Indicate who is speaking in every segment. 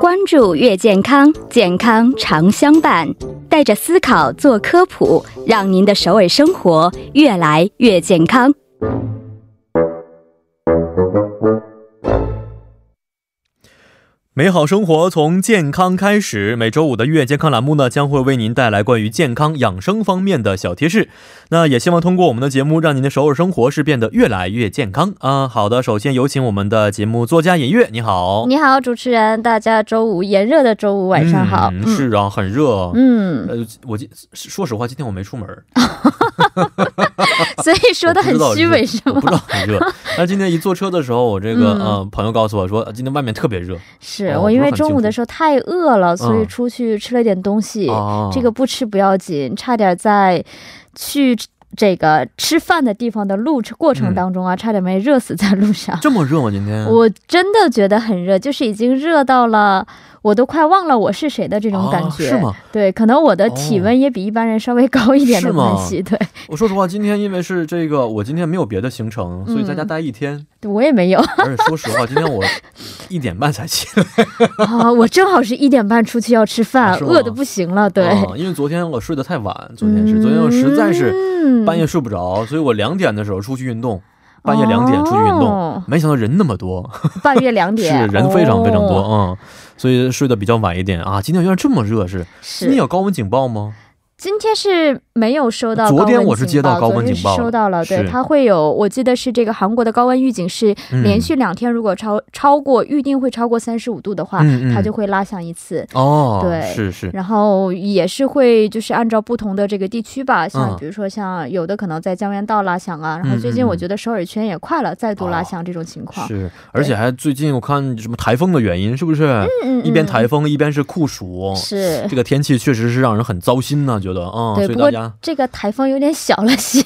Speaker 1: 关注越健康，健康常相伴。带着思考做科普，让您的首尔生活越来越健康。
Speaker 2: 美好生活从健康开始。每周五的月健康栏目呢，将会为您带来关于健康养生方面的小贴士。那也希望通过我们的节目，让您的首尔生活是变得越来越健康啊、好的，首先有请我们的节目作家尹月，你好。
Speaker 3: 你好，主持人，大家周五炎热的周五晚上好。
Speaker 2: 嗯，是啊，很热。
Speaker 3: 嗯，
Speaker 2: 呃，我今说实话，今天我没出门 儿，
Speaker 3: 所以说的很虚伪是
Speaker 2: 我
Speaker 3: 吗
Speaker 2: 不？知道很 热。但今天一坐车的时候，我这个
Speaker 3: 嗯
Speaker 2: 呃朋友告诉我说，呃今天外面特别热
Speaker 3: 是
Speaker 2: 哦
Speaker 3: 我因
Speaker 2: 不是
Speaker 3: 为
Speaker 2: 很
Speaker 3: 中
Speaker 2: 清
Speaker 3: 午
Speaker 2: 楚
Speaker 3: 的时候太饿了，所以
Speaker 2: 嗯
Speaker 3: 出去吃了点东西。
Speaker 2: 啊。
Speaker 3: 这个不吃不要紧，差点在去这个吃饭的地方的路过
Speaker 2: 嗯
Speaker 3: 程当中啊，差点没热死在路上。
Speaker 2: 这么热吗？今天
Speaker 3: 我真的觉得很热，就是已经热到了我都快忘了我是谁的这种感觉。
Speaker 2: 啊是吗？哦
Speaker 3: 对，可能我的体温也比一般人稍微高一点的
Speaker 2: 是吗
Speaker 3: 关系。对，
Speaker 2: 我说实话，今天因为是这个，我今天没有别的行程，所以
Speaker 3: 嗯
Speaker 2: 在家待一天。
Speaker 3: 我也 没有
Speaker 2: 而且说实话，今天我一点半才起来，
Speaker 3: 啊，我正好是一点半出去要吃饭，
Speaker 2: 啊是吗
Speaker 3: 饿的不行了。对，
Speaker 2: 啊因为昨天我睡得太晚，昨天是，昨天我实在是
Speaker 3: 是
Speaker 2: 半夜睡不着，所以我两点的时候出去运动，半夜两点出去运动，
Speaker 3: 哦
Speaker 2: 没想到人那么多，
Speaker 3: 半夜两
Speaker 2: 是
Speaker 3: 点，
Speaker 2: 人非常非常多，
Speaker 3: 哦
Speaker 2: 嗯，所以睡得比较晚一点啊。今天原来这么热是？
Speaker 3: 是
Speaker 2: 今天有高温警报吗？
Speaker 3: 今天是没有收到高温警报，
Speaker 2: 昨天我是接到高温警
Speaker 3: 昨
Speaker 2: 报
Speaker 3: 天是收到了，对
Speaker 2: 是，
Speaker 3: 它会有，我记得是这个韩国的高温预警是
Speaker 2: 嗯
Speaker 3: 连续两天，如果超、超过预定会超过三十五度的话、
Speaker 2: 嗯嗯
Speaker 3: 啊它就会拉响一次。
Speaker 2: 哦，
Speaker 3: 对
Speaker 2: 是是，
Speaker 3: 然后也是会就是按照不同的这个地区吧，像
Speaker 2: 嗯
Speaker 3: 比如说像有的可能在江原道拉响啊，然
Speaker 2: 嗯
Speaker 3: 后
Speaker 2: 嗯
Speaker 3: 最近我
Speaker 2: 嗯
Speaker 3: 觉得首尔圈也快了，再度拉
Speaker 2: 哦
Speaker 3: 响这种情况。
Speaker 2: 是，而且还最近我看什么台风的原因，是不是？
Speaker 3: 嗯嗯
Speaker 2: 一边台
Speaker 3: 嗯
Speaker 2: 风一边是酷暑，
Speaker 3: 是
Speaker 2: 这个天气确实是让人很糟心呐，觉得啊、
Speaker 3: 对，
Speaker 2: 所以
Speaker 3: 不
Speaker 2: 大
Speaker 3: 过
Speaker 2: 家，
Speaker 3: 这个台风有点小了些，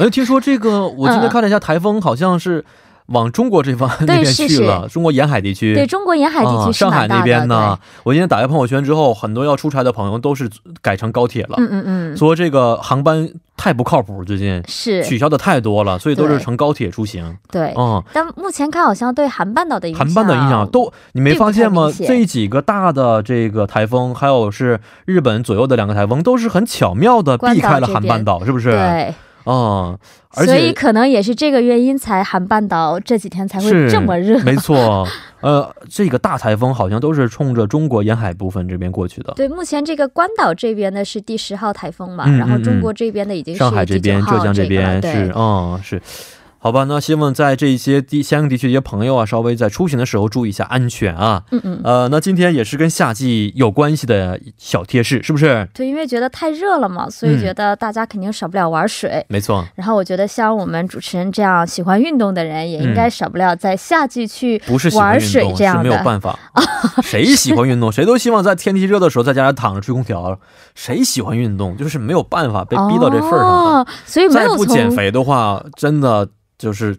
Speaker 2: 哎，听说这个，我
Speaker 3: 嗯
Speaker 2: 今天看了一下，台风好像是往中国这方 那边
Speaker 3: 是
Speaker 2: 去
Speaker 3: 是
Speaker 2: 了，中国沿海地区。
Speaker 3: 对中国沿海地
Speaker 2: 啊
Speaker 3: 区是
Speaker 2: 上海
Speaker 3: 蛮大的。
Speaker 2: 那边呢
Speaker 3: 对，
Speaker 2: 我今天打开朋友圈之后，很多要出差的朋友都是改成高铁了，
Speaker 3: 嗯嗯嗯，
Speaker 2: 说这个航班太不靠谱，最近
Speaker 3: 是
Speaker 2: 取消的太多了，所以都是
Speaker 3: 对
Speaker 2: 乘高铁出行。
Speaker 3: 对。
Speaker 2: 嗯，
Speaker 3: 但目前看好像对韩半岛的影响，
Speaker 2: 韩半岛影响都，你没
Speaker 3: 并不
Speaker 2: 发现
Speaker 3: 太
Speaker 2: 吗
Speaker 3: 明？显
Speaker 2: 这几个大的这个台风，还有是日本左右的两个台风，都是很巧妙的
Speaker 3: 关岛
Speaker 2: 避开了
Speaker 3: 这
Speaker 2: 韩半
Speaker 3: 边
Speaker 2: 岛，是不是？
Speaker 3: 对，
Speaker 2: 嗯，而
Speaker 3: 所以
Speaker 2: 且
Speaker 3: 可能也是这个原因，才韩半岛这几天才会
Speaker 2: 是
Speaker 3: 这么热。
Speaker 2: 没错，呃，这个大台风好像都是冲着中国沿海部分这边过去的。
Speaker 3: 对，目前这个关岛这边的是第十号台风嘛，
Speaker 2: 嗯
Speaker 3: 然后
Speaker 2: 嗯
Speaker 3: 中
Speaker 2: 嗯
Speaker 3: 国这边的已经是
Speaker 2: 上海这边、
Speaker 3: 19
Speaker 2: 浙
Speaker 3: 号
Speaker 2: 江
Speaker 3: 这
Speaker 2: 这
Speaker 3: 个了
Speaker 2: 边是
Speaker 3: 对，
Speaker 2: 嗯是。好吧，那希望在这些地相应地区的一些朋友啊，稍微在出行的时候注意一下安全啊。
Speaker 3: 嗯嗯。
Speaker 2: 呃，那今天也是跟夏季有关系的小贴士，是不是？
Speaker 3: 对，因为觉得太热了嘛，所以
Speaker 2: 嗯
Speaker 3: 觉得大家肯定少不了玩水。
Speaker 2: 没错。
Speaker 3: 然后我觉得像我们主持人这样喜欢运动的人，也应该少不了在夏季去
Speaker 2: 嗯不是喜欢
Speaker 3: 玩
Speaker 2: 运
Speaker 3: 水
Speaker 2: 动
Speaker 3: 这
Speaker 2: 是
Speaker 3: 样
Speaker 2: 没有
Speaker 3: 的。
Speaker 2: 办法，谁喜欢运动？谁都希望在天气热的时候在家里躺着吹空调，谁喜欢运动？就是没有办法被逼到这份儿上了。
Speaker 3: 哦，所以没
Speaker 2: 再
Speaker 3: 有
Speaker 2: 不
Speaker 3: 从
Speaker 2: 减肥的 话，真的就是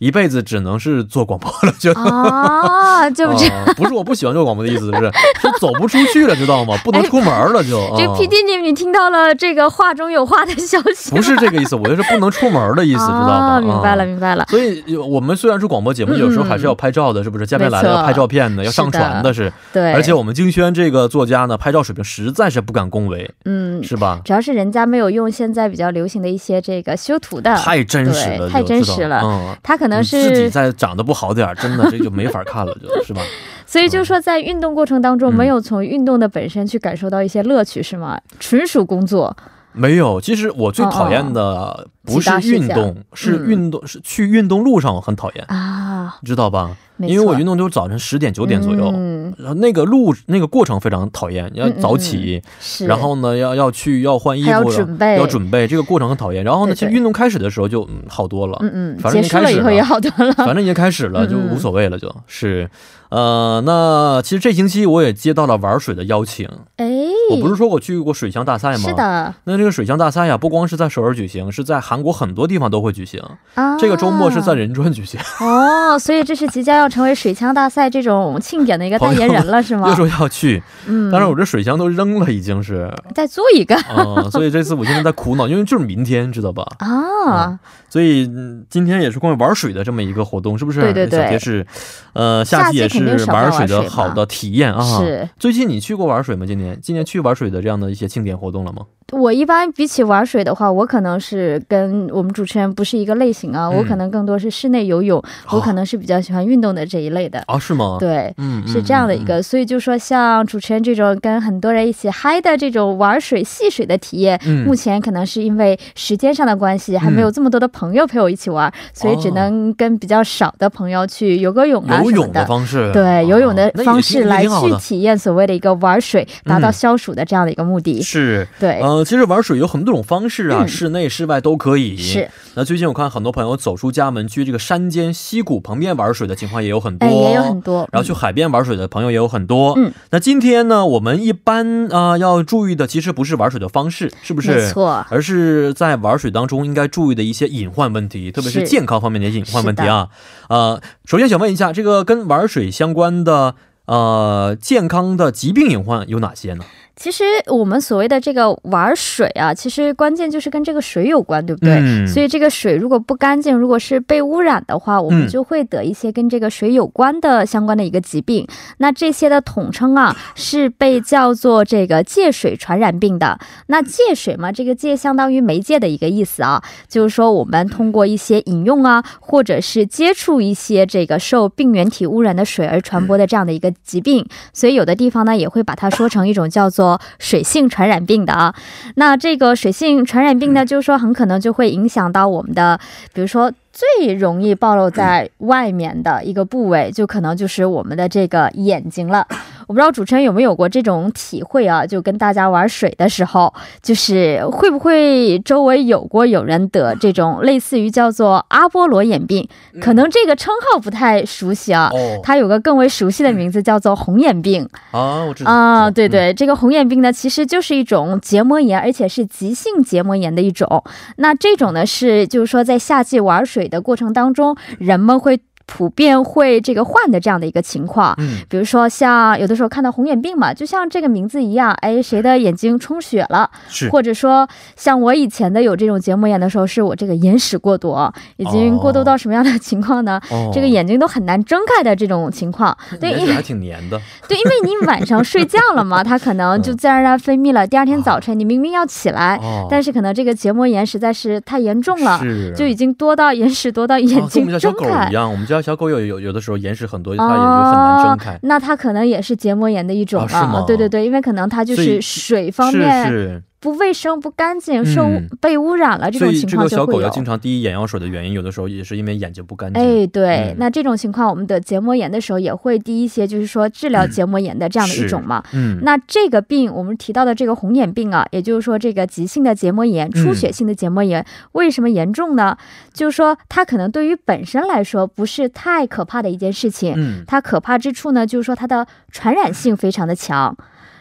Speaker 2: 一辈子只能是做广播了，就。
Speaker 3: 哦啊，就这
Speaker 2: 啊不是我不喜欢做广播的意思，是是走不出去了，知道吗？不能出门了就。
Speaker 3: 这
Speaker 2: 啊
Speaker 3: PD 你你听到了这个话中有话的消息吗
Speaker 2: 不是这个意思，我就是不能出门的意思，知道吗？
Speaker 3: 啊
Speaker 2: 啊
Speaker 3: 明白了，。明白了。
Speaker 2: 所以呃我们虽然是广播节目，
Speaker 3: 嗯
Speaker 2: 有时候还是要拍照的，是不是？嘉宾来了
Speaker 3: 没错
Speaker 2: 要拍照片的，要上传的是。
Speaker 3: 对，
Speaker 2: 而且我们京轩这个作家呢，拍照水平实在是不敢恭维，
Speaker 3: 嗯，
Speaker 2: 是吧？
Speaker 3: 主要是人家没有用现在比较流行的一些这个修图的，
Speaker 2: 太真实了，
Speaker 3: 对太真实了
Speaker 2: 就知道嗯。
Speaker 3: 他可能
Speaker 2: 你自己
Speaker 3: 是，
Speaker 2: 再长得不好点儿，真的这就没法看了，就是 吧？
Speaker 3: 所以就是说在运动过程当中
Speaker 2: 嗯
Speaker 3: 没有从运动的本身去感受到一些乐趣，是吗？纯属工作，
Speaker 2: 没有，其实我最讨厌的不是运
Speaker 3: 哦几大事
Speaker 2: 动，是
Speaker 3: 嗯
Speaker 2: 运动是去运动路上我很讨厌，
Speaker 3: 啊，
Speaker 2: 知道吧？
Speaker 3: 没错
Speaker 2: 因为我运动就是早晨十点九点左右。
Speaker 3: 嗯，
Speaker 2: 然后那个路那个过程非常讨厌，要
Speaker 3: 嗯嗯
Speaker 2: 早起，
Speaker 3: 是，
Speaker 2: 然后呢要要去要换衣服，
Speaker 3: 还要
Speaker 2: 然后
Speaker 3: 准备
Speaker 2: 要准备，这个过程很讨厌。然后呢，
Speaker 3: 对
Speaker 2: 其实
Speaker 3: 对
Speaker 2: 运动开始的时候就、嗯、好多了，
Speaker 3: 嗯嗯，
Speaker 2: 反
Speaker 3: 结
Speaker 2: 正已经
Speaker 3: 束
Speaker 2: 开
Speaker 3: 了
Speaker 2: 始
Speaker 3: 以后也好多了，
Speaker 2: 反正已经开始了，
Speaker 3: 嗯嗯
Speaker 2: 就无所谓了就，是，呃，那其实这星期我也接到了玩水的邀请。
Speaker 3: 哎，
Speaker 2: 我不是说我去过水乡大赛吗？
Speaker 3: 是。的
Speaker 2: 那这个水乡大赛呀、啊不光是在首尔举行，是在韩国很多地方都会举行。
Speaker 3: 啊，
Speaker 2: 这个周末是在仁川举行。
Speaker 3: 哦，哦，所以这是即将要成为水枪大赛这种庆典的一个代言人了，是
Speaker 2: 又
Speaker 3: 吗？
Speaker 2: 说要去，
Speaker 3: 嗯，
Speaker 2: 当然我这水箱都扔了，已经是，
Speaker 3: 再做一个
Speaker 2: 嗯，所以这次我现在在苦恼，因为就是明天，知道吧？
Speaker 3: 啊，
Speaker 2: 所以嗯今天也是关于玩水的这么一个活动，是不是？
Speaker 3: 对对对
Speaker 2: 小杰是，呃，
Speaker 3: 下
Speaker 2: 夏
Speaker 3: 次
Speaker 2: 季也
Speaker 3: 肯定
Speaker 2: 是
Speaker 3: 少不了
Speaker 2: 玩水
Speaker 3: 玩
Speaker 2: 的
Speaker 3: 水嘛
Speaker 2: 好的体验啊。
Speaker 3: 是
Speaker 2: 最近你去过玩水吗？今年今年去玩水的这样的一些庆典活动了吗？
Speaker 3: 我一般比起玩水的话，我可能是跟我们主持人不是一个类型啊，
Speaker 2: 嗯
Speaker 3: 我可能更多是室内游泳，我可能是比较喜欢运动的这一类的，
Speaker 2: 啊，是吗？，
Speaker 3: 对。
Speaker 2: 嗯，嗯
Speaker 3: 是这样的一。
Speaker 2: 嗯
Speaker 3: 个，所以就说像主持人这种跟很多人一起嗨的这种玩水戏水的体验，
Speaker 2: 嗯
Speaker 3: 目前可能是因为时间上的关系，还没有这么多的朋友陪我一起玩，所以只能跟比较少的朋友去游个泳啊
Speaker 2: 哦游
Speaker 3: 什么
Speaker 2: 泳
Speaker 3: 的。
Speaker 2: 方式，啊
Speaker 3: 对游泳的
Speaker 2: 那也
Speaker 3: 方
Speaker 2: 挺
Speaker 3: 式来
Speaker 2: 挺好
Speaker 3: 去
Speaker 2: 的
Speaker 3: 体验所谓的一个玩水，达到
Speaker 2: 嗯
Speaker 3: 消暑的这样的一个目的。
Speaker 2: 是。
Speaker 3: 对，
Speaker 2: 呃，其实玩水有很多种方式啊，
Speaker 3: 嗯
Speaker 2: 室内、室外都可以。
Speaker 3: 是。
Speaker 2: 那最近我看很多朋友走出家门去这个山间溪谷旁边玩水的情况也有很多，
Speaker 3: 哎，也有很多。
Speaker 2: 然后去海边玩水的朋友也有很多。
Speaker 3: 嗯，
Speaker 2: 那今天呢，我们一般啊、要注意的其实不是玩水的方式，是不
Speaker 3: 嗯没
Speaker 2: 是？
Speaker 3: 错，
Speaker 2: 而是在玩水当中应该注意的一些隐患问题，特别是
Speaker 3: 是
Speaker 2: 健康方面的隐患问题啊。呃，首先想问一下，这个跟玩水相关的呃健康的疾病隐患有哪些呢？
Speaker 3: 其实我们所谓的这个玩水啊，其实关键就是跟这个水有关，对不对？
Speaker 2: 嗯
Speaker 3: 所以这个水如果不干净，如果是被污染的话，我们就会得一些跟这个水有关的相关的一个疾病。那这些的统称啊，是被叫做这个借水传染病的。那借水嘛，这个借相当于媒介的一个意思啊，就是说我们通过一些饮用啊，或者是接触一些这个受病原体污染的水而传播的这样的一个疾病。所以有的地方呢也会把它说成一种叫做水性传染病的啊。那这个水性传染病呢，就是说很可能就会影响到我们的，比如说。最容易暴露在外面的一个部位，就可能就是我们的这个眼睛了。我不知道主持人有没有过这种体会啊？就跟大家玩水的时候，就是会不会周围有过有人得这种类似于叫做阿波罗眼病？可能这个称号不太熟悉啊，
Speaker 2: 哦，
Speaker 3: 它有个更为熟悉的名字，叫做红眼病
Speaker 2: 啊，我知道
Speaker 3: 啊、
Speaker 2: 知道
Speaker 3: 对
Speaker 2: 嗯
Speaker 3: 对，这个红眼病呢，其实就是一种结膜炎，而且是急性结膜炎的一种。那这种呢，是就是说在夏季玩水的过程当中，人们会普遍会这个患的这样的一个情况。
Speaker 2: 嗯
Speaker 3: 比如说，像有的时候看到红眼病嘛，就像这个名字一样，哎，谁的眼睛充血了，
Speaker 2: 是
Speaker 3: 或者说像我以前的有这种结膜炎的时候，是我这个眼屎过多，已经过
Speaker 2: 哦
Speaker 3: 多到什么样的情况呢？
Speaker 2: 哦
Speaker 3: 这个眼睛都很难睁开的这种情况，对，
Speaker 2: 眼
Speaker 3: 因
Speaker 2: 屎
Speaker 3: 为
Speaker 2: 还挺黏 的，
Speaker 3: 对，因为你晚上睡觉了 嘛，它可能就自然而然分泌了。第二天早晨你明明要起来，
Speaker 2: 嗯啊哦，
Speaker 3: 哎但是可能这个结膜炎实在是太严重了，
Speaker 2: 是
Speaker 3: 就已经多到 眼屎多到眼
Speaker 2: 哦跟我
Speaker 3: 睛
Speaker 2: 们家小
Speaker 3: 睁
Speaker 2: 狗
Speaker 3: 开啊
Speaker 2: 一。样，我们家小狗有有有的时候眼屎很多，它也就很难睁开。
Speaker 3: 那它可能也是结膜炎的一种
Speaker 2: 啊是吗
Speaker 3: 了，对对对，因为可能它就
Speaker 2: 所
Speaker 3: 是
Speaker 2: 以
Speaker 3: 水方面
Speaker 2: 是
Speaker 3: 不卫生、不干净，受
Speaker 2: 嗯
Speaker 3: 被污染了，
Speaker 2: 是，
Speaker 3: 这
Speaker 2: 所
Speaker 3: 种
Speaker 2: 以
Speaker 3: 情
Speaker 2: 这
Speaker 3: 况
Speaker 2: 个
Speaker 3: 就
Speaker 2: 小
Speaker 3: 会
Speaker 2: 狗
Speaker 3: 有
Speaker 2: 要。经常滴眼药水的原因，有的时候也是因为眼睛不干净。
Speaker 3: 哎，对
Speaker 2: 嗯，
Speaker 3: 那这种情况我们的结膜炎的时候也会滴一些，就是说治
Speaker 2: 嗯
Speaker 3: 疗结膜炎的这样的一
Speaker 2: 是
Speaker 3: 种嘛。
Speaker 2: 嗯，
Speaker 3: 那这个病，我们提到的这个红眼病啊，也就是说这个急性的结膜炎、出
Speaker 2: 嗯
Speaker 3: 血性的结膜炎，为什么严重呢？就是说它可能对于本身来说不是太可怕的一件事情，
Speaker 2: 嗯，
Speaker 3: 它可怕之处呢，就是说它的传染性非常的强，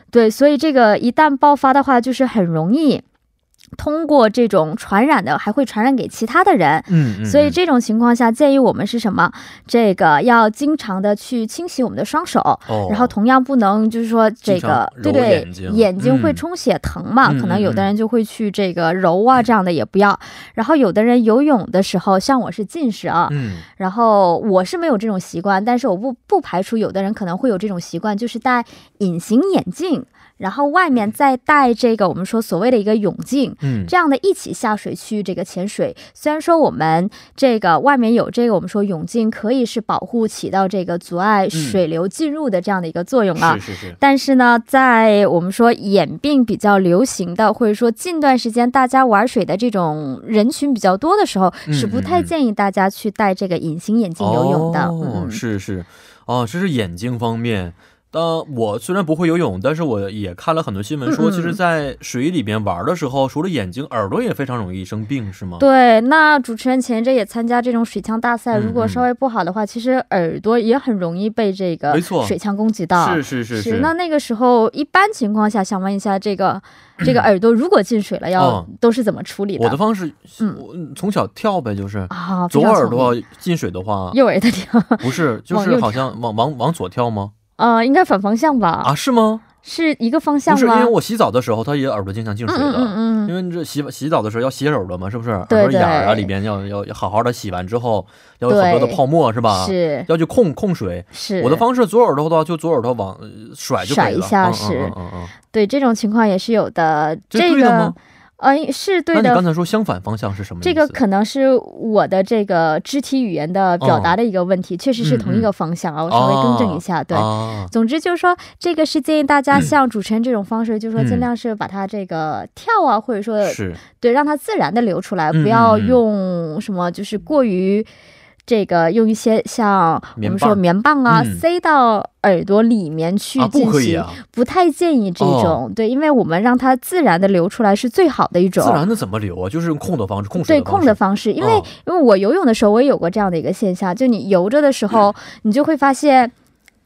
Speaker 3: 对，所以这个一旦爆发的话，就是很容易通过这种传染的，还会传染给其他的人。
Speaker 2: 嗯嗯，
Speaker 3: 所以
Speaker 2: 嗯
Speaker 3: 这种情况下，建议我们是什么？这个要经常的去清洗我们的双手，
Speaker 2: 哦，
Speaker 3: 然后同样不能就是说这
Speaker 2: 经常
Speaker 3: 个，对
Speaker 2: 揉
Speaker 3: 对
Speaker 2: 眼睛，
Speaker 3: 眼睛会
Speaker 2: 嗯
Speaker 3: 充血疼嘛、
Speaker 2: 嗯
Speaker 3: 可能有的
Speaker 2: 嗯
Speaker 3: 人就会去这个揉啊这样的也不要。然后有的人游泳的时候，像我是近视啊，
Speaker 2: 嗯，
Speaker 3: 然后我是没有这种习惯，但是我不不排除有的人可能会有这种习惯，就是戴隐形眼镜，然后外面再戴这个我们说所谓的一个泳镜。
Speaker 2: 嗯
Speaker 3: 这样的一起下水去这个潜水，虽然说我们这个外面有这个我们说泳镜可以是保护起到这个阻碍水流进入的这样的一个作用啊，
Speaker 2: 是是是，
Speaker 3: 但是呢，在我们说眼病比较流行的，或者说近段时间大家玩水的这种人群比较多的时候，
Speaker 2: 嗯
Speaker 3: 是不太建议大家去戴这个隐形眼镜游泳的。
Speaker 2: 哦，
Speaker 3: 嗯，
Speaker 2: 是是，哦，这是眼睛方面。呃，我虽然不会游泳，但是我也看了很多新闻
Speaker 3: 嗯
Speaker 2: 说，
Speaker 3: 嗯
Speaker 2: 其实，在水里边玩的时候，除了眼睛，耳朵也非常容易生病，是吗？
Speaker 3: 对，那主持人前一阵也参加这种水枪大赛，
Speaker 2: 嗯
Speaker 3: 如果稍微不好的话，其实耳朵也很容易被这个
Speaker 2: 没错
Speaker 3: 水枪攻击到。
Speaker 2: 是是是
Speaker 3: 那那个时候一般情况下，想问一下这 个这个耳朵如果进水了要，
Speaker 2: 嗯
Speaker 3: 都是怎么处理的？
Speaker 2: 我的方式，
Speaker 3: 嗯
Speaker 2: 我从小跳呗，就是
Speaker 3: 啊，非
Speaker 2: 左
Speaker 3: 常
Speaker 2: 耳
Speaker 3: 聪
Speaker 2: 朵
Speaker 3: 明、
Speaker 2: 进水的话，
Speaker 3: 右耳的跳，
Speaker 2: 不是，就
Speaker 3: 往
Speaker 2: 是
Speaker 3: 右
Speaker 2: 好像往往往左跳吗？
Speaker 3: 呃，应该反方向吧？
Speaker 2: 啊，是吗？
Speaker 3: 是一个方向
Speaker 2: 不是，因
Speaker 3: 吗
Speaker 2: 为？我洗澡的时候，他也耳朵经常进
Speaker 3: 嗯
Speaker 2: 水
Speaker 3: 嗯
Speaker 2: 的。
Speaker 3: 嗯嗯，
Speaker 2: 因为这洗洗澡的时候要洗耳朵嘛，是不是？耳
Speaker 3: 对
Speaker 2: 朵眼儿啊，
Speaker 3: 对
Speaker 2: 里边要要要好好的洗完之后，要有很多的
Speaker 3: 对
Speaker 2: 泡沫是吧？
Speaker 3: 是
Speaker 2: 要去控控水。
Speaker 3: 是。
Speaker 2: 我的方式左耳朵的话，就左耳朵往呃甩就可以
Speaker 3: 甩
Speaker 2: 了。
Speaker 3: 一下
Speaker 2: 嗯
Speaker 3: 是
Speaker 2: 嗯嗯嗯嗯
Speaker 3: 对这种情况也是有的。
Speaker 2: 这是对的
Speaker 3: 个
Speaker 2: 吗，
Speaker 3: 呃，是对
Speaker 2: 那你
Speaker 3: 的
Speaker 2: 刚才说相反方向是什么意思？
Speaker 3: 这个可能是我的这个肢体语言的
Speaker 2: 哦
Speaker 3: 表达的一个问题，确实
Speaker 2: 嗯
Speaker 3: 是同一个方向啊，我稍微更正一下，对。
Speaker 2: 啊，
Speaker 3: 总之就是说，这个是建议大家像主持人这种方式，就是说
Speaker 2: 嗯
Speaker 3: 尽量是把它这个跳啊，或者说
Speaker 2: 是
Speaker 3: 对让它自然的流出来，
Speaker 2: 嗯
Speaker 3: 不要用什么就是过于这个用一些像我
Speaker 2: 棉
Speaker 3: 们
Speaker 2: 棒
Speaker 3: 说棉棒啊
Speaker 2: 嗯
Speaker 3: 塞到耳朵里面去
Speaker 2: 啊，不
Speaker 3: 进
Speaker 2: 可以
Speaker 3: 行，
Speaker 2: 啊，哦
Speaker 3: 不太建议这种，对，因为我们让它自然的流出来是最好的一种。
Speaker 2: 自然的怎么流啊？就是用控的方式，控水
Speaker 3: 对
Speaker 2: 的方
Speaker 3: 控
Speaker 2: 式。
Speaker 3: 的方式，因为、
Speaker 2: 哦
Speaker 3: 因为我游泳的时候，我也有过这样的一个现象，就你游着的时候，你就会发现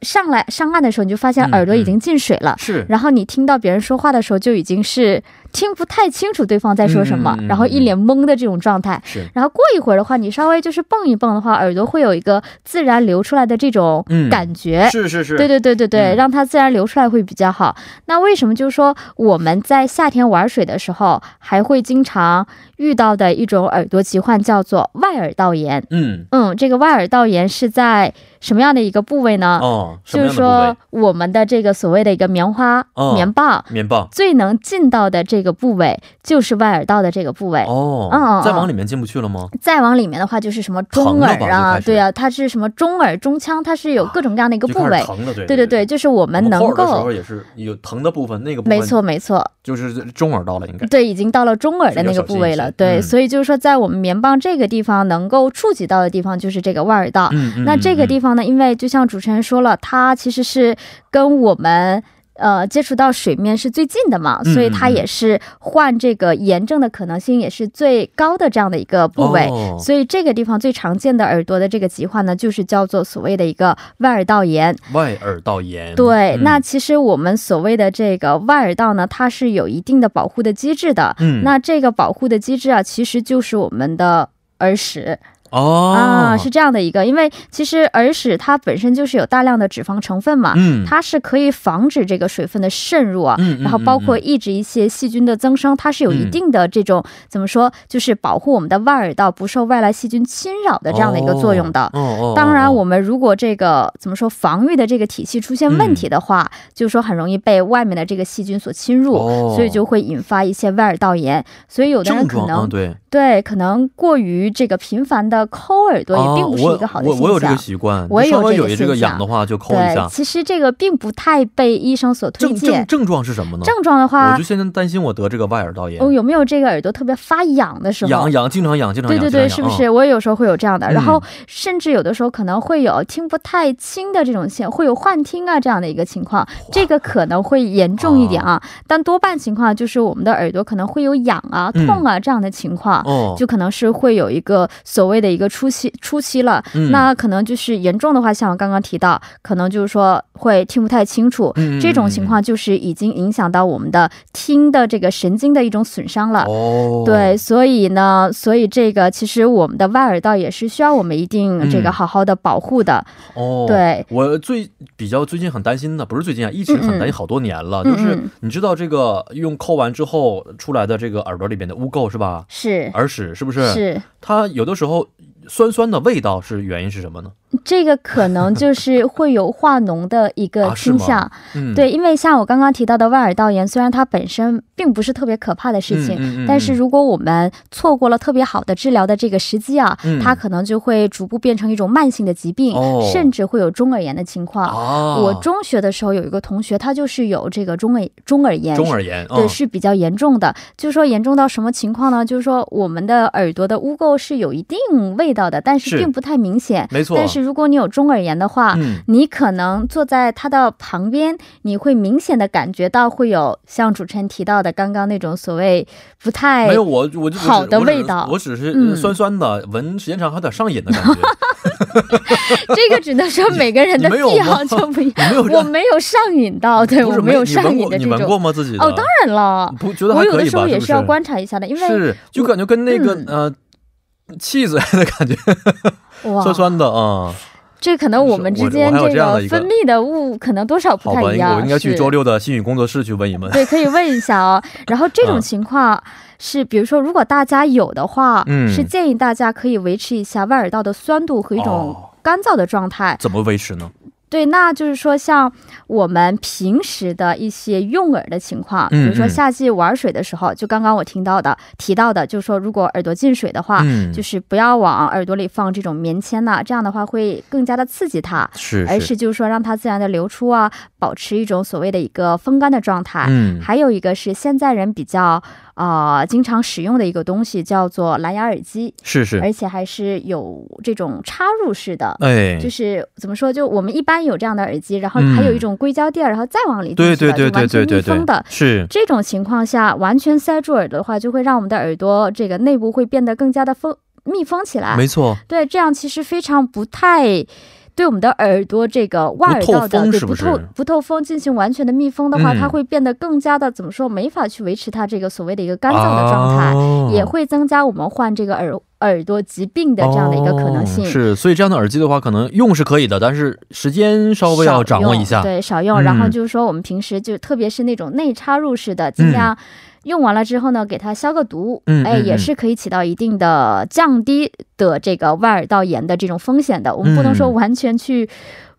Speaker 3: 上来上岸的时候，你就发现
Speaker 2: 嗯
Speaker 3: 耳朵已经进水了。
Speaker 2: 是
Speaker 3: 然后你听到别人说话的时候，就已经是听不太清楚对方在说什么，
Speaker 2: 嗯嗯嗯
Speaker 3: 然后一脸懵的这种状态。
Speaker 2: 是，
Speaker 3: 然后过一会儿的话，你稍微就是蹦一蹦的话，耳朵会有一个自然流出来的这种
Speaker 2: 嗯
Speaker 3: 感觉。
Speaker 2: 是是是，
Speaker 3: 对对对对对，
Speaker 2: 嗯
Speaker 3: 让它自然流出来会比较好。那为什么就是说我们在夏天玩水的时候，还会经常遇到的一种耳朵疾患叫做外耳道炎？
Speaker 2: 嗯，
Speaker 3: 嗯，这个外耳道炎是在什么样的一个部位呢？
Speaker 2: 哦，什
Speaker 3: 就
Speaker 2: 么
Speaker 3: 是
Speaker 2: 样的部位
Speaker 3: 说我们的这个所谓的一个棉花、
Speaker 2: 哦
Speaker 3: 棉棒
Speaker 2: 棉棒
Speaker 3: 最能进到的这个部位，就是外耳道的这个部位。
Speaker 2: 哦，
Speaker 3: 嗯嗯
Speaker 2: 再
Speaker 3: 嗯
Speaker 2: 往里面进不去了吗？
Speaker 3: 再往里面的话，就是什么中
Speaker 2: 疼了
Speaker 3: 耳
Speaker 2: 吧就
Speaker 3: 啊，
Speaker 2: 开始
Speaker 3: 对啊，它是什么中耳、中腔，它是有各种各样的一个
Speaker 2: 就
Speaker 3: 部
Speaker 2: 开
Speaker 3: 位
Speaker 2: 始。疼了，对
Speaker 3: 对对对，。就是我们能
Speaker 2: 我抠耳的时
Speaker 3: 够
Speaker 2: 候也是有疼的部分，那个部分
Speaker 3: 没错，没错，
Speaker 2: 就是中耳道了，应该
Speaker 3: 对，已经到了中耳的那个部位了。对，
Speaker 2: 嗯
Speaker 3: 所以就是说，在我们棉棒这个地方能够触及到的地方，就是这个外耳道。
Speaker 2: 嗯嗯
Speaker 3: 那这个
Speaker 2: 嗯
Speaker 3: 地方呢，因为就像主持人说了，它其实是跟我们。呃，接触到水面是最近的嘛，
Speaker 2: 嗯
Speaker 3: 所以它
Speaker 2: 嗯嗯
Speaker 3: 也是患这个炎症的可能性也是最高的这样的一个部位，
Speaker 2: 哦
Speaker 3: 所以这个地方最常见的耳朵的这个疾患呢，就是叫做所谓的一个外耳道炎。
Speaker 2: 外耳道炎。
Speaker 3: 对，
Speaker 2: 嗯
Speaker 3: 那其实我们所谓的这个外耳道呢，它是有一定的保护的机制的。
Speaker 2: 嗯
Speaker 3: 那这个保护的机制啊，其实就是我们的耳屎
Speaker 2: 哦
Speaker 3: 啊，是这样的一个，因为其实耳屎它本身就是有大量的脂肪成分嘛，
Speaker 2: 嗯，
Speaker 3: 它是可以防止这个水分的渗入啊。
Speaker 2: 嗯嗯
Speaker 3: 然后包括
Speaker 2: 嗯
Speaker 3: 抑制一些细菌的增生，它是有一定的这种、怎么说，就是保护我们的外耳道不受外来细菌侵扰的这样的一个作用的。
Speaker 2: 哦哦哦，
Speaker 3: 当然，
Speaker 2: 哦
Speaker 3: 我们如果这个怎么说防御的这个体系出现问题的话，就是说很容易被外面的这个细菌所侵入，
Speaker 2: 嗯哦
Speaker 3: 所以就会引发一些外耳道炎。所以有的人
Speaker 2: 症
Speaker 3: 可
Speaker 2: 状
Speaker 3: 能、
Speaker 2: 啊，对，
Speaker 3: 对可能过于这个频繁的抠耳朵，
Speaker 2: 啊
Speaker 3: 也并不是一个好的
Speaker 2: 我
Speaker 3: 现
Speaker 2: 我我有这
Speaker 3: 象。
Speaker 2: 个习惯，
Speaker 3: 我也有
Speaker 2: 稍微
Speaker 3: 这
Speaker 2: 有
Speaker 3: 个
Speaker 2: 一这个
Speaker 3: 现象
Speaker 2: 痒的话就抠一
Speaker 3: 对，
Speaker 2: 下。
Speaker 3: 其实这个并不太被医生所推
Speaker 2: 症症
Speaker 3: 荐。
Speaker 2: 症状是什么呢？
Speaker 3: 症状的
Speaker 2: 我
Speaker 3: 话
Speaker 2: 就，现在担心我得这个外耳道炎
Speaker 3: 啊哦，，有没有这个耳朵特别发痒的时候
Speaker 2: 痒？痒，经常痒，经常
Speaker 3: 对
Speaker 2: 痒，
Speaker 3: 对
Speaker 2: 经常
Speaker 3: 对，
Speaker 2: 痒
Speaker 3: 是不？是？
Speaker 2: 嗯
Speaker 3: 我也有时候会有这样的，
Speaker 2: 嗯
Speaker 3: 然后甚至有的时候可能会有听不太清的这种现，会有幻听啊这样的一个情况，这个可能会严重一点啊。但多半情况就是我们的耳朵可能会有痒啊、
Speaker 2: 嗯
Speaker 3: 痛啊这样的情况。
Speaker 2: 哦，
Speaker 3: 就可能是会有一个所谓的一个初期初期了，
Speaker 2: 嗯
Speaker 3: 那可能就是严重的话，像我刚刚提到，可能就是说会听不太清楚，
Speaker 2: 嗯嗯
Speaker 3: 这种情况就是已经影响到我们的听的这个神经的一种损伤了。
Speaker 2: 哦，
Speaker 3: 对，所以呢，所以这个其实我们的外耳道也是需要我们一定这
Speaker 2: 嗯
Speaker 3: 个好好的保护的。
Speaker 2: 哦，
Speaker 3: 对，
Speaker 2: 我最比较最近很担心的，不是最近啊，一直很担心好多年了，
Speaker 3: 嗯嗯
Speaker 2: 就是你知道这个用抠完之后出来的这个耳朵里边的污垢是吧？
Speaker 3: 是
Speaker 2: 耳屎是不啊是？
Speaker 3: 是，
Speaker 2: 它有的时候酸酸的味道是原因是什么呢？
Speaker 3: 这个可能就是会有化脓的一个
Speaker 2: 啊是
Speaker 3: 倾
Speaker 2: 吗
Speaker 3: 向。
Speaker 2: 嗯，
Speaker 3: 对，因为像我刚刚提到的外耳道炎，虽然它本身并不是特别可怕的事情，
Speaker 2: 嗯嗯嗯
Speaker 3: 但是如果我们错过了特别好的治疗的这个时机啊，
Speaker 2: 嗯
Speaker 3: 它可能就会逐步变成一种慢性的疾病，
Speaker 2: 哦
Speaker 3: 甚至会有中耳炎的情况。
Speaker 2: 啊，
Speaker 3: 我中学的时候有一个同学，他就是有这个中耳中耳炎，
Speaker 2: 中耳炎，
Speaker 3: 对，
Speaker 2: 嗯
Speaker 3: 是比较严重的。就是说严重到什么情况呢？就是说我们的耳朵的污垢是有一定味味道的，但是
Speaker 2: 是
Speaker 3: 并不太明显。
Speaker 2: 没错。
Speaker 3: 但是如果你有中耳炎的话，
Speaker 2: 嗯，
Speaker 3: 你可能坐在它的旁边，你会明显的感觉到会有像主持人提到的刚刚那种所谓不太
Speaker 2: 没有我，我就
Speaker 3: 哎好的味道
Speaker 2: 我只是
Speaker 3: 嗯
Speaker 2: 呃酸酸的，闻时间长还有点上瘾的感觉。
Speaker 3: 这个只能说每个人的
Speaker 2: 你没有
Speaker 3: 癖好
Speaker 2: 吗
Speaker 3: 就不一样。
Speaker 2: 你 没有这
Speaker 3: 我没有上瘾到，对
Speaker 2: 不
Speaker 3: 我
Speaker 2: 是
Speaker 3: 没有
Speaker 2: 你
Speaker 3: 上
Speaker 2: 闻
Speaker 3: 瘾
Speaker 2: 过
Speaker 3: 的
Speaker 2: 你
Speaker 3: 这
Speaker 2: 闻过
Speaker 3: 种。
Speaker 2: 吗？自己的
Speaker 3: 哦，当然了，
Speaker 2: 不觉得
Speaker 3: 我
Speaker 2: 还
Speaker 3: 有
Speaker 2: 可
Speaker 3: 的
Speaker 2: 以
Speaker 3: 时候
Speaker 2: 吧？
Speaker 3: 也
Speaker 2: 是不
Speaker 3: 要观察一下的，因为
Speaker 2: 是，就感觉跟那个
Speaker 3: 嗯
Speaker 2: 呃气质的感觉，
Speaker 3: 哇，
Speaker 2: 酸酸的啊。
Speaker 3: 这可能我们之间
Speaker 2: 我我还有
Speaker 3: 这
Speaker 2: 这样
Speaker 3: 个
Speaker 2: 的一个
Speaker 3: 分泌的物可能多少不
Speaker 2: 好
Speaker 3: 太
Speaker 2: 吧，
Speaker 3: 一样。
Speaker 2: 我应该去
Speaker 3: 是
Speaker 2: 周六的新语工作室去闻一闻。
Speaker 3: 对，可以问一下哦。然后这种
Speaker 2: 嗯
Speaker 3: 情况是，比如说，如果大家有的话，
Speaker 2: 嗯
Speaker 3: 是建议大家可以维持一下外耳道的酸度和一种
Speaker 2: 哦
Speaker 3: 干燥的状态。
Speaker 2: 怎么维持呢？
Speaker 3: 对，那就是说，像我们平时的一些用耳的情况，比
Speaker 2: 嗯
Speaker 3: 如说
Speaker 2: 嗯
Speaker 3: 夏季玩水的时候，就刚刚我听到的提到的，就是说，如果耳朵进水的话。啊
Speaker 2: 嗯，
Speaker 3: 就是是不要往耳朵里放这种棉签呐、这样的话会更加的刺激它，
Speaker 2: 是
Speaker 3: 而哎是就是说让它自然的流出啊，保持一种所谓的一个风干的状态。
Speaker 2: 嗯，
Speaker 3: 还有一个是现在人比较呃经常使用的一个东西，叫做蓝牙耳机，
Speaker 2: 是是，
Speaker 3: 而且还是有这种插入式的。
Speaker 2: 哎，
Speaker 3: 就是怎么说，就我们一般有这样的耳机，然后
Speaker 2: 嗯
Speaker 3: 还有一种硅胶垫儿，然后再往里进
Speaker 2: 对
Speaker 3: 去
Speaker 2: 对
Speaker 3: 的，
Speaker 2: 对
Speaker 3: 就完
Speaker 2: 对
Speaker 3: 全密
Speaker 2: 对对
Speaker 3: 封
Speaker 2: 对
Speaker 3: 的，。
Speaker 2: 是
Speaker 3: 这种情况下，完全塞住耳朵的话，就会让我们的耳朵这个内部会变得更加的封密封起来。
Speaker 2: 没错，
Speaker 3: 对，这样其实非常不太对我们的耳朵这个外耳道
Speaker 2: 不透
Speaker 3: 的
Speaker 2: 风
Speaker 3: 对
Speaker 2: 是不是
Speaker 3: 不透不透风进行完全的密封的话，
Speaker 2: 嗯
Speaker 3: 它会变得更加的怎么说，没法去维持它这个所谓的一个干燥的状态，
Speaker 2: 哦
Speaker 3: 也会增加我们患这个耳耳朵疾病的这样的一个可能性。
Speaker 2: 哦是，所以这样的耳机的话，可能用是可以的，但是时间稍微要掌握一
Speaker 3: 少
Speaker 2: 下
Speaker 3: 用。对，少用。
Speaker 2: 嗯
Speaker 3: 然后就是说，我们平时就特别是那种内插入式的，尽量用完了之后呢，给它消个毒，
Speaker 2: 嗯
Speaker 3: 哎，
Speaker 2: 嗯
Speaker 3: 也是可以起到一定的降低的这个外耳道炎的这种风险的。我们不能说
Speaker 2: 嗯
Speaker 3: 完全去。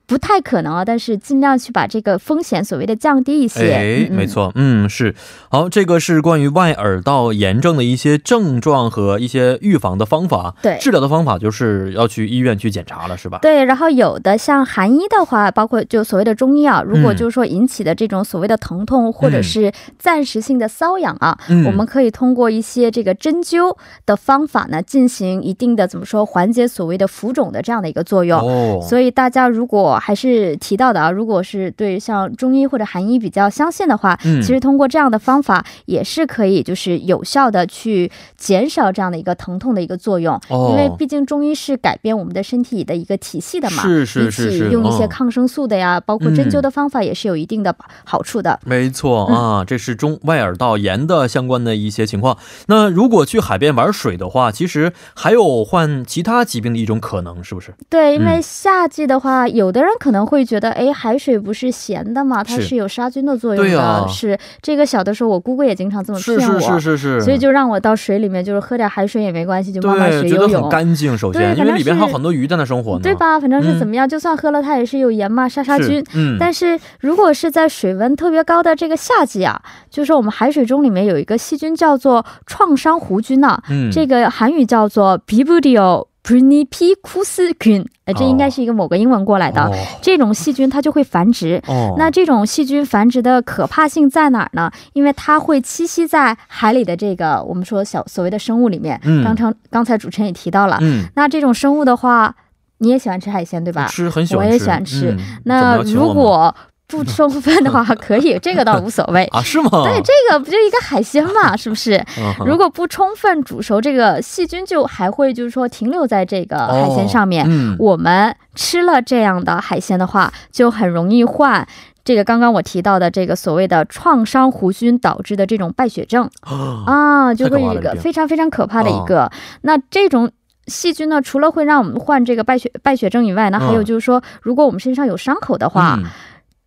Speaker 3: 不太可能啊，但是尽量去把这个风险所谓的降低一些。
Speaker 2: 哎，
Speaker 3: 嗯
Speaker 2: 没。错，嗯，是好，这个是关于外耳道炎症的一些症状和一些预防的方法，
Speaker 3: 对
Speaker 2: 治疗的方法就是要去医院去检查了，是吧？
Speaker 3: 对，然后有的像韩医的话，包括就所谓的中医啊，如果
Speaker 2: 嗯
Speaker 3: 就是说引起的这种所谓的疼痛、或者是暂时性的瘙痒啊，
Speaker 2: 嗯
Speaker 3: 我们可以通过一些这个针灸的方法呢，进行一定的怎么说缓解所谓的浮肿的这样的一个作用。
Speaker 2: 哦，
Speaker 3: 所以大家如果还是提到的啊，如果是对像中医或者韩医比较相信的话，
Speaker 2: 嗯
Speaker 3: 其实通过这样的方法也是可以，就是有效的去减少这样的一个疼痛的一个作用。
Speaker 2: 哦
Speaker 3: 因为毕竟中医是改变我们的身体的一个体系的嘛，
Speaker 2: 是是是
Speaker 3: 比
Speaker 2: 是
Speaker 3: 起用一些
Speaker 2: 嗯
Speaker 3: 抗生素的呀，包括针灸的方法也是有一定的好处的。
Speaker 2: 没错
Speaker 3: 嗯
Speaker 2: 啊，这是中外耳道炎的相关的一些情况。那如果去海边玩水的话，其实还有患其他疾病的一种可能，是不是？
Speaker 3: 对，因为
Speaker 2: 嗯
Speaker 3: 夏季的话，有的人可能会觉得，哎，海水不是咸的嘛，它
Speaker 2: 是
Speaker 3: 是有杀菌的作用
Speaker 2: 对
Speaker 3: 的。
Speaker 2: 啊
Speaker 3: 是这个小的时候，我姑姑也经常这么骗
Speaker 2: 是
Speaker 3: 我。
Speaker 2: 是是是是，
Speaker 3: 所以就让我到水里面，就是喝点海水也没关系，就慢慢学
Speaker 2: 对，觉
Speaker 3: 游
Speaker 2: 得很
Speaker 3: 泳，
Speaker 2: 干净。首
Speaker 3: 对
Speaker 2: 先，
Speaker 3: 反
Speaker 2: 因为
Speaker 3: 正
Speaker 2: 里边还有
Speaker 3: 是
Speaker 2: 很多鱼在那生活呢，
Speaker 3: 对？吧？反正是
Speaker 2: 嗯
Speaker 3: 怎么样，就算喝了它也是有盐嘛，杀杀菌。
Speaker 2: 嗯，
Speaker 3: 但是如果是在水温特别高的这个夏季啊，就是我们海水中里面有一个细菌叫做创伤弧菌呢、
Speaker 2: 嗯，
Speaker 3: 这个韩语叫做 Bibudio p r i n i p i c u s 菌，呃，这应该是一个某个英文过来的。
Speaker 2: 哦
Speaker 3: 这种细菌它就会繁殖，
Speaker 2: 哦，
Speaker 3: 那这种细菌繁殖的可怕性在哪儿呢？因为它会栖息在海里的这个我们说小所谓的生物里面。
Speaker 2: 嗯
Speaker 3: 刚才刚才主持人也提到了，
Speaker 2: 嗯，
Speaker 3: 那这种生物的话，你也喜欢吃海鲜对吧？
Speaker 2: 吃很喜
Speaker 3: 啊我
Speaker 2: 欢吃，
Speaker 3: 也喜欢吃
Speaker 2: 嗯
Speaker 3: 那
Speaker 2: 怎么要请
Speaker 3: 如
Speaker 2: 我们。
Speaker 3: 果不充分的话，可以，这个倒无所谓
Speaker 2: 啊是吗？
Speaker 3: 对，这个不就一个海鲜 嘛，是不是？
Speaker 2: 嗯哼
Speaker 3: 如果不充分煮熟，这个细菌就还会就是说停留在这个海鲜上面。
Speaker 2: 哦嗯，
Speaker 3: 我们吃了这样的海鲜的话，就很容易患这个刚刚我提到的这个所谓的创伤弧菌导致的这种败血症
Speaker 2: 啊
Speaker 3: 啊，就会有一
Speaker 2: 太可
Speaker 3: 个
Speaker 2: 怕了这哦病
Speaker 3: 非常非常可怕的一个。那这种细菌呢，除了会让我们患这个败血败血症以外呢，
Speaker 2: 嗯
Speaker 3: 还有就是说，如果我们身上有伤口的话，啊
Speaker 2: 嗯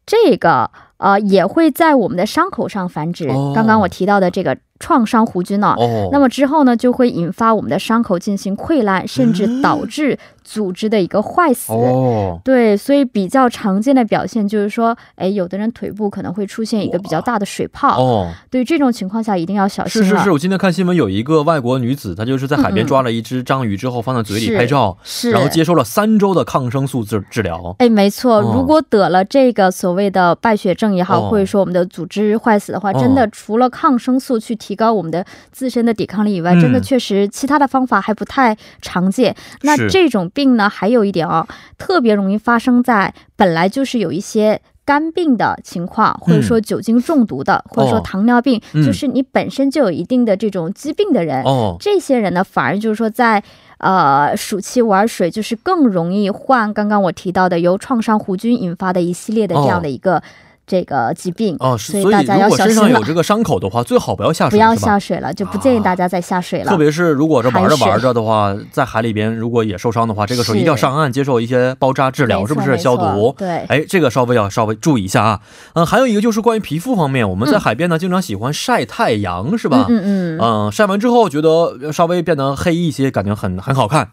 Speaker 3: 这个呃也会在我们的伤口上繁殖。
Speaker 2: 哦
Speaker 3: 刚刚我提到的这个创伤弧菌呢、
Speaker 2: 哦，
Speaker 3: 那么之后呢，就会引发我们的伤口进行溃烂，甚至导致组织的一个坏死。
Speaker 2: 嗯哦。
Speaker 3: 对，所以比较常见的表现就是说，哎，有的人腿部可能会出现一个比较大的水泡，
Speaker 2: 哦，
Speaker 3: 对这种情况下一定要小心
Speaker 2: 是
Speaker 3: 了。
Speaker 2: 是是，我今天看新闻，有一个外国女子，她就是在海
Speaker 3: 嗯嗯
Speaker 2: 边抓了一只章鱼之后，放在嘴
Speaker 3: 是
Speaker 2: 里拍照，
Speaker 3: 是
Speaker 2: 然后接受了三周的抗生素治治疗。
Speaker 3: 哎，没错，
Speaker 2: 哦
Speaker 3: 如果得了这个所谓的败血症也好，
Speaker 2: 哦
Speaker 3: 或者说我们的组织坏死的话，
Speaker 2: 哦
Speaker 3: 真的除了抗生素去提高我们的自身的抵抗力以外，
Speaker 2: 嗯
Speaker 3: 真的确实其他的方法还不太常见。那
Speaker 2: 是
Speaker 3: 这种病呢，还有一点哦，特别容易发生在本来就是有一些。肝病的情况，或者说酒精中毒的，或者说
Speaker 2: 嗯哦
Speaker 3: 糖尿病、
Speaker 2: 嗯
Speaker 3: 就是你本身就有一定的这种疾病的人，
Speaker 2: 哦，
Speaker 3: 这些人呢，反而就是说在呃暑期玩水，就是更容易患刚刚我提到的由创伤弧菌引发的一系列的这样的一个、这个疾病。
Speaker 2: 哦，是
Speaker 3: 所
Speaker 2: 所
Speaker 3: 以
Speaker 2: 以
Speaker 3: 大家
Speaker 2: 如
Speaker 3: 要
Speaker 2: 果
Speaker 3: 小
Speaker 2: 身上
Speaker 3: 心
Speaker 2: 有
Speaker 3: 了，
Speaker 2: 这个伤口的话，最好不要下
Speaker 3: 不
Speaker 2: 水，
Speaker 3: 要
Speaker 2: 是吧啊
Speaker 3: 下水了，就不建议大家再下水了。
Speaker 2: 特别是如果是玩着
Speaker 3: 含水
Speaker 2: 玩着的话，在海里边如果也受伤的话，这个时候
Speaker 3: 是
Speaker 2: 一定要上岸接受一些包扎治疗，
Speaker 3: 没
Speaker 2: 是
Speaker 3: 错
Speaker 2: 不是消
Speaker 3: 没
Speaker 2: 毒
Speaker 3: 错？对，
Speaker 2: 哎，这个稍微要稍微注意一下啊。嗯，还有一个就是关于皮肤方面，我们在海边呢、经常喜欢晒太阳，是吧？
Speaker 3: 嗯嗯嗯，
Speaker 2: 嗯，晒完之后觉得稍微变得黑一些，感觉很很好看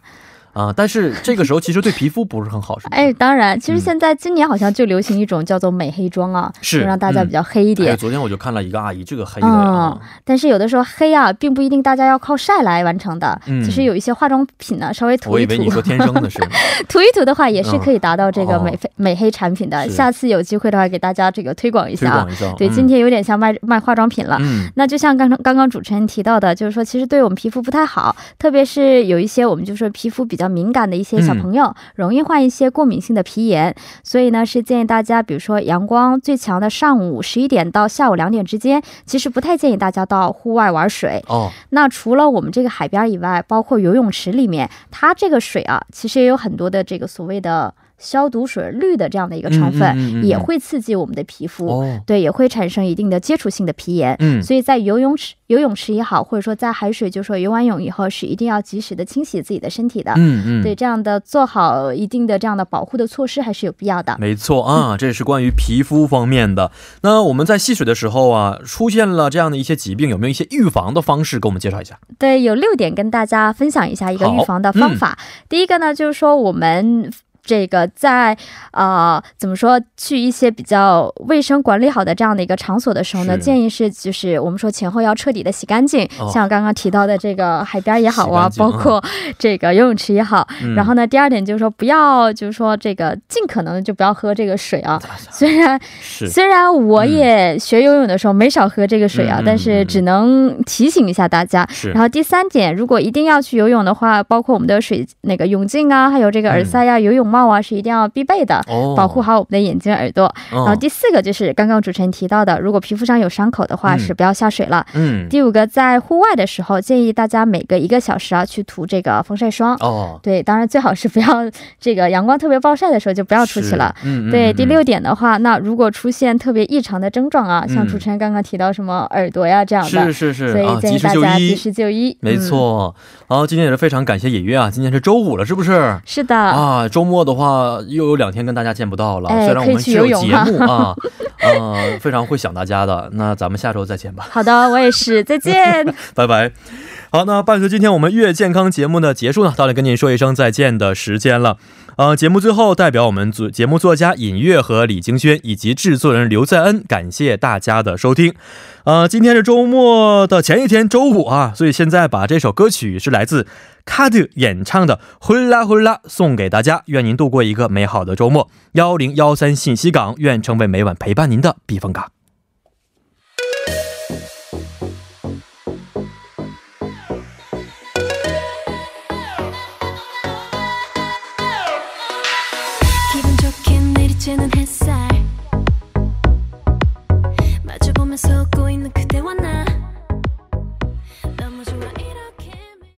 Speaker 2: 啊、但是这个时候其实对皮肤不是很好，是不是？
Speaker 3: 哎，当然，其实
Speaker 2: 嗯
Speaker 3: 现在今年好像就流行一种叫做美黑妆啊，
Speaker 2: 是
Speaker 3: 就让大家
Speaker 2: 嗯
Speaker 3: 比较黑一
Speaker 2: 哎
Speaker 3: 点。
Speaker 2: 昨天我就看了一个阿姨，这个黑的啊，
Speaker 3: 但是有的时候黑啊，并不一定大家要靠晒来完成的。
Speaker 2: 嗯
Speaker 3: 其实有一些化妆品呢，稍微涂
Speaker 2: 我
Speaker 3: 一
Speaker 2: 以
Speaker 3: 涂，
Speaker 2: 为你说天生的是
Speaker 3: 涂一涂的话，也是可以达到这个
Speaker 2: 嗯
Speaker 3: 美、黑美黑产品的。
Speaker 2: 是
Speaker 3: 下次有机会的话，给大家这个推广一
Speaker 2: 推
Speaker 3: 下啊
Speaker 2: 广。一下，
Speaker 3: 对，今天啊有点像卖卖化妆品了。
Speaker 2: 嗯嗯
Speaker 3: 那就像刚刚刚刚主持人提到的，就是说，其实对我们皮肤不太好，特别是有一些我们就说皮肤比较敏感的一些小朋
Speaker 2: 嗯
Speaker 3: 友，容易患一些过敏性的皮炎。所以呢，是建议大家，比如说阳光最强的上午十一点到下午两点之间，其实不太建议大家到户外玩水。
Speaker 2: 哦
Speaker 3: 那除了我们这个海边以外，包括游泳池里面，它这个水啊，其实也有很多的这个所谓的消毒水氯的这样的一个成分，
Speaker 2: 嗯嗯嗯嗯
Speaker 3: 也会刺激我们的皮肤，
Speaker 2: 哦
Speaker 3: 对，也会产生一定的接触性的皮炎。
Speaker 2: 嗯
Speaker 3: 所以在游泳池、游泳池也好，或者说在海水，就说游完泳以后，是一定要及时的清洗自己的身体的。
Speaker 2: 嗯嗯，
Speaker 3: 对，这样的做好一定的这样的保护的措施还是有必要的。
Speaker 2: 没错啊，这是关于皮肤方面的。那我们在戏水的时候啊，出现了这样的一些疾病，有没有一些预防的方式给我们介绍一下？
Speaker 3: 对，有六点跟大家分享一下一个
Speaker 2: 好嗯
Speaker 3: 预防的方法。第一个呢，就是说我们。这个在呃怎么说去一些比较卫生管理好的这样的一个场所的时候呢，
Speaker 2: 是
Speaker 3: 建议是就是我们说前后要彻底的洗干净，
Speaker 2: 哦
Speaker 3: 像刚刚提到的这个海边也好啊，
Speaker 2: 洗干净
Speaker 3: 包括这个游泳池也好。
Speaker 2: 嗯
Speaker 3: 然后呢，第二点就是说不要就是说这个尽可能就不要喝这个水啊， 虽然
Speaker 2: 是嗯
Speaker 3: 虽然我也学游泳的时候没少喝这个水啊，
Speaker 2: 嗯嗯
Speaker 3: 但是只能提醒一下大家。
Speaker 2: 是
Speaker 3: 然，后第三点，如果一定要去游泳的话，包括我们的水那个泳镜啊，还有这个耳塞呀、游泳帽啊，是一定要必备的。
Speaker 2: 嗯哦，
Speaker 3: 保护好我们的眼睛、耳朵。然后
Speaker 2: 哦，
Speaker 3: 第四个就是刚刚主持人提到的，如果皮肤上有伤口的话，
Speaker 2: 嗯
Speaker 3: 是不要下水了。
Speaker 2: 嗯，
Speaker 3: 第五个，在户外的时候，建议大家每隔一个小时啊去涂这个防晒霜。
Speaker 2: 哦，
Speaker 3: 对，当然最好是不要这个阳光特别暴晒的时候就不
Speaker 2: 不
Speaker 3: 要出去了。。
Speaker 2: 嗯，嗯
Speaker 3: 对，
Speaker 2: 嗯
Speaker 3: 第六点的话，那如果出现特别异常的症状啊，像
Speaker 2: 嗯
Speaker 3: 主持人刚刚提到什么耳朵呀这样的
Speaker 2: 是，是是
Speaker 3: 所以
Speaker 2: 啊，
Speaker 3: 建
Speaker 2: 及
Speaker 3: 议
Speaker 2: 时
Speaker 3: 大
Speaker 2: 就
Speaker 3: 家
Speaker 2: 医
Speaker 3: 及。时就医。
Speaker 2: 没
Speaker 3: 嗯，
Speaker 2: 错，好，今天也是非常感谢野月啊，今天是周五了，是不是？
Speaker 3: 是的，
Speaker 2: 啊，周末的话又有两天跟大家见不到了，
Speaker 3: 哎
Speaker 2: 虽然我们
Speaker 3: 可以去
Speaker 2: 只有
Speaker 3: 游泳
Speaker 2: 节目啊，呃，非常会想大家的。那咱们下周再见吧，
Speaker 3: 好的，我也是，再 见。
Speaker 2: 拜拜。好，那伴随今天我们月健康节目的结束呢，到了跟您说一声再见的时间了。呃，节目最后代表我们组节目作家尹月和李京轩以及制作人刘在恩，感谢大家的收听。呃，今天是周末的前一天，周五啊，所以现在把这首歌曲是来自卡杜演唱的《呼啦呼啦》送给大家，愿您度过一个美好的周末。幺零幺三信息港，愿成为每晚陪伴您的避风港。
Speaker 4: 기분 좋게 내리쬐는 햇살 마주보면서 웃고 있는 그대와 나